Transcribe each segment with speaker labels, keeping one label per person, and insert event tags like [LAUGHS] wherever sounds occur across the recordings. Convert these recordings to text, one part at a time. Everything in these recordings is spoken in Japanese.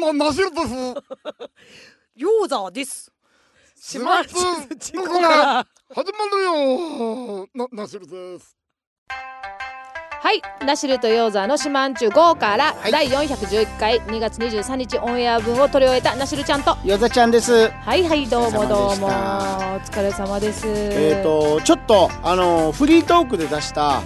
Speaker 1: な、な、なしるとす。
Speaker 2: 餃子です。
Speaker 1: スマ
Speaker 2: [LAUGHS]
Speaker 1: ップ
Speaker 2: 違うな
Speaker 1: 始まるよ。な、なしるです。
Speaker 3: はい、ナシルとヨーザーのシマンチュ5から、
Speaker 4: はい
Speaker 3: 第411回2月23日オンエア分を取り終えたナシルちゃんと
Speaker 4: よざちゃんです。
Speaker 3: はいはいどうもどうもお
Speaker 4: お疲
Speaker 3: 疲れ様です
Speaker 4: えっ、とちょっとあのフリートークで出したあ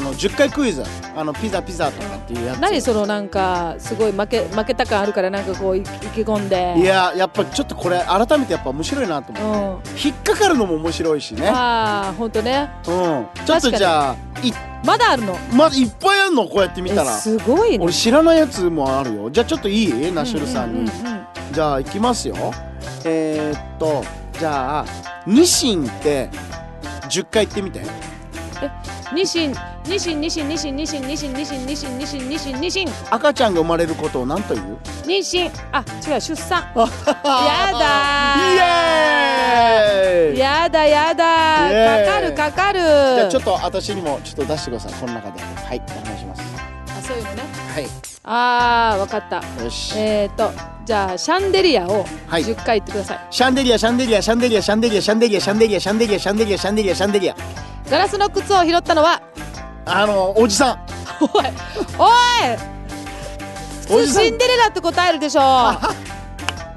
Speaker 4: の10回クイズあのピザピザとかっていうやつ
Speaker 3: 何そのなんかすごい負け負けた感あるからなんかこうい意気込んで
Speaker 4: いややっぱちょっとこれ改めてやっぱ面白いなと
Speaker 3: う
Speaker 4: 思
Speaker 3: ん
Speaker 4: って引っかかるのも面白いしね
Speaker 3: ああほんとね
Speaker 4: うんちょっとじゃあい
Speaker 3: まだあるの
Speaker 4: まいっぱいあんのこうやって見たら
Speaker 3: えすごいね
Speaker 4: 俺知らないやつもあるよじゃあちょっといいナシュルさんに、
Speaker 3: ううううん
Speaker 4: じゃあ行きますよえー、っとじゃあニシンって10回言ってみて
Speaker 3: ニシンニシンニシンニシンニシンニシンニシンニシンニシンニシンニシン
Speaker 4: 赤ちゃんが生まれることを何という
Speaker 3: 妊娠あ違う出
Speaker 4: [LAUGHS]
Speaker 3: 産だ
Speaker 4: やイエーイ
Speaker 3: やだや
Speaker 4: イエー
Speaker 3: だ
Speaker 4: イ
Speaker 3: かかるかかる
Speaker 4: じゃあちょっと私にもちょっと出してくださいこの中ではいお願いします
Speaker 3: あそういうのね
Speaker 4: は
Speaker 3: あーわかった
Speaker 4: いよし、
Speaker 3: えっ、ー、とじゃあシャンデリアを
Speaker 4: はい
Speaker 3: 10回言ってください、
Speaker 4: シャンデリアシャンデリアシャンデリアシャンデリアシャンデリアシャンデリアシャンデリアシャンデリアシャンデリアシャンデリア
Speaker 3: ガラスの靴を拾ったのは
Speaker 4: あのおじさん
Speaker 3: おいお
Speaker 4: お
Speaker 3: い普
Speaker 4: じ
Speaker 3: 通
Speaker 4: さん
Speaker 3: シンデレラって答えるで
Speaker 4: [LAUGHS]
Speaker 3: しょ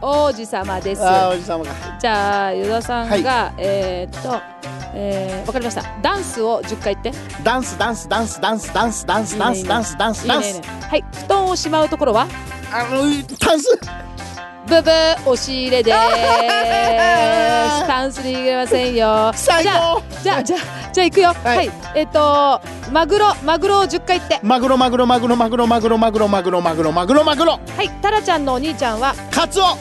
Speaker 3: 王子様です
Speaker 4: あーおじさまが
Speaker 3: じゃあ与田さんが、
Speaker 4: は
Speaker 3: えー、っとえー、わかりましたダンスを10回言って
Speaker 4: ダンスダンスダンスダンスダンスダンスダンスダンスダンス
Speaker 3: いいねいいねい
Speaker 4: ダン
Speaker 3: い
Speaker 4: ス
Speaker 3: ねはい布団をしまうところは
Speaker 4: あのダンス
Speaker 3: ブブー押し入れ
Speaker 4: [LAUGHS]
Speaker 3: ですタンスに入れませんよ
Speaker 4: 最
Speaker 3: じゃあ
Speaker 4: 高
Speaker 3: じゃあじゃあじゃあ行くよはい、
Speaker 4: い
Speaker 3: えっ、とマグロマグロを10回言って
Speaker 4: マグロマグロマグロマグロマグロマグロマグロマグロマグロマグロ
Speaker 3: はいタラちゃんのお兄ちゃんは
Speaker 4: カツオ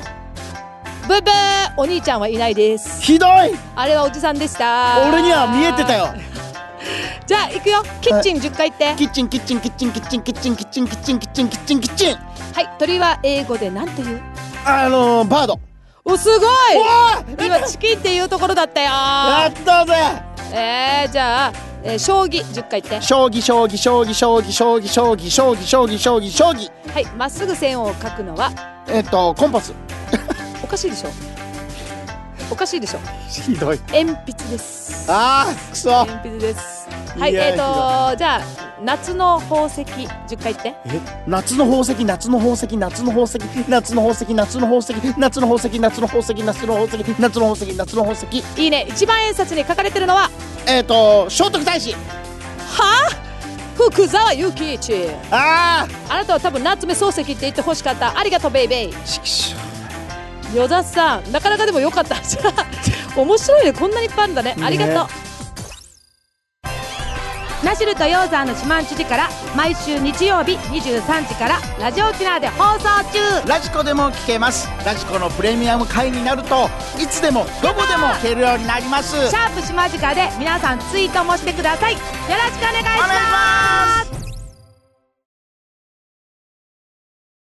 Speaker 3: ブブーお兄ちゃんはいないです
Speaker 4: ひどい
Speaker 3: あれはおじさんでした
Speaker 4: 俺には見えてたよ
Speaker 3: じゃあ行くよキッチン10回言って
Speaker 4: キッチンキッチンキッチンキッチンキッチンキッチンキッチンキッチンキッチンキッチン
Speaker 3: はい鳥は英語でなんて言う
Speaker 4: あのー、バード
Speaker 3: おすごい
Speaker 4: おー
Speaker 3: 今チキンっていうところだったよ
Speaker 4: やったぜ
Speaker 3: えー、じゃあ、えー将棋10回言って
Speaker 4: 将棋将棋将棋将棋将棋将棋将棋将棋将棋将棋
Speaker 3: はいまっすぐ線を描くのは
Speaker 4: えっとコンパス
Speaker 3: おかしいでしょおかしいでしょ
Speaker 4: ひどい
Speaker 3: 鉛筆です
Speaker 4: あーくそ
Speaker 3: 鉛筆ですはい
Speaker 4: いや
Speaker 3: えっ、
Speaker 4: ひど
Speaker 3: とじゃあ夏の宝石10回言って
Speaker 4: え夏の宝石夏の宝石夏の宝石夏の宝石夏の宝石夏の宝石夏の宝石夏の宝石夏の宝石夏の宝石
Speaker 3: いいね一万円札に書かれてるのは
Speaker 4: えっと聖徳太子
Speaker 3: はあ福沢諭吉
Speaker 4: あ
Speaker 3: あなたは多分夏目漱石って言ってほしかったありがとうベイベイ
Speaker 4: あしきし
Speaker 3: 与田さんなかなかでもよかった面白いねこんなにいっぱいあるんだね
Speaker 4: ね
Speaker 3: ありがとう
Speaker 5: ナシルとヨーザーの島んちゅから毎週日曜日23時からラジオ沖縄で放送中
Speaker 4: ラジコでも聞けますラジコのプレミアム会になるといつでもどこでも聞けるようになります
Speaker 5: シャープ島近で皆さんツイートもしてくださいよろしくお願いします
Speaker 4: お願いします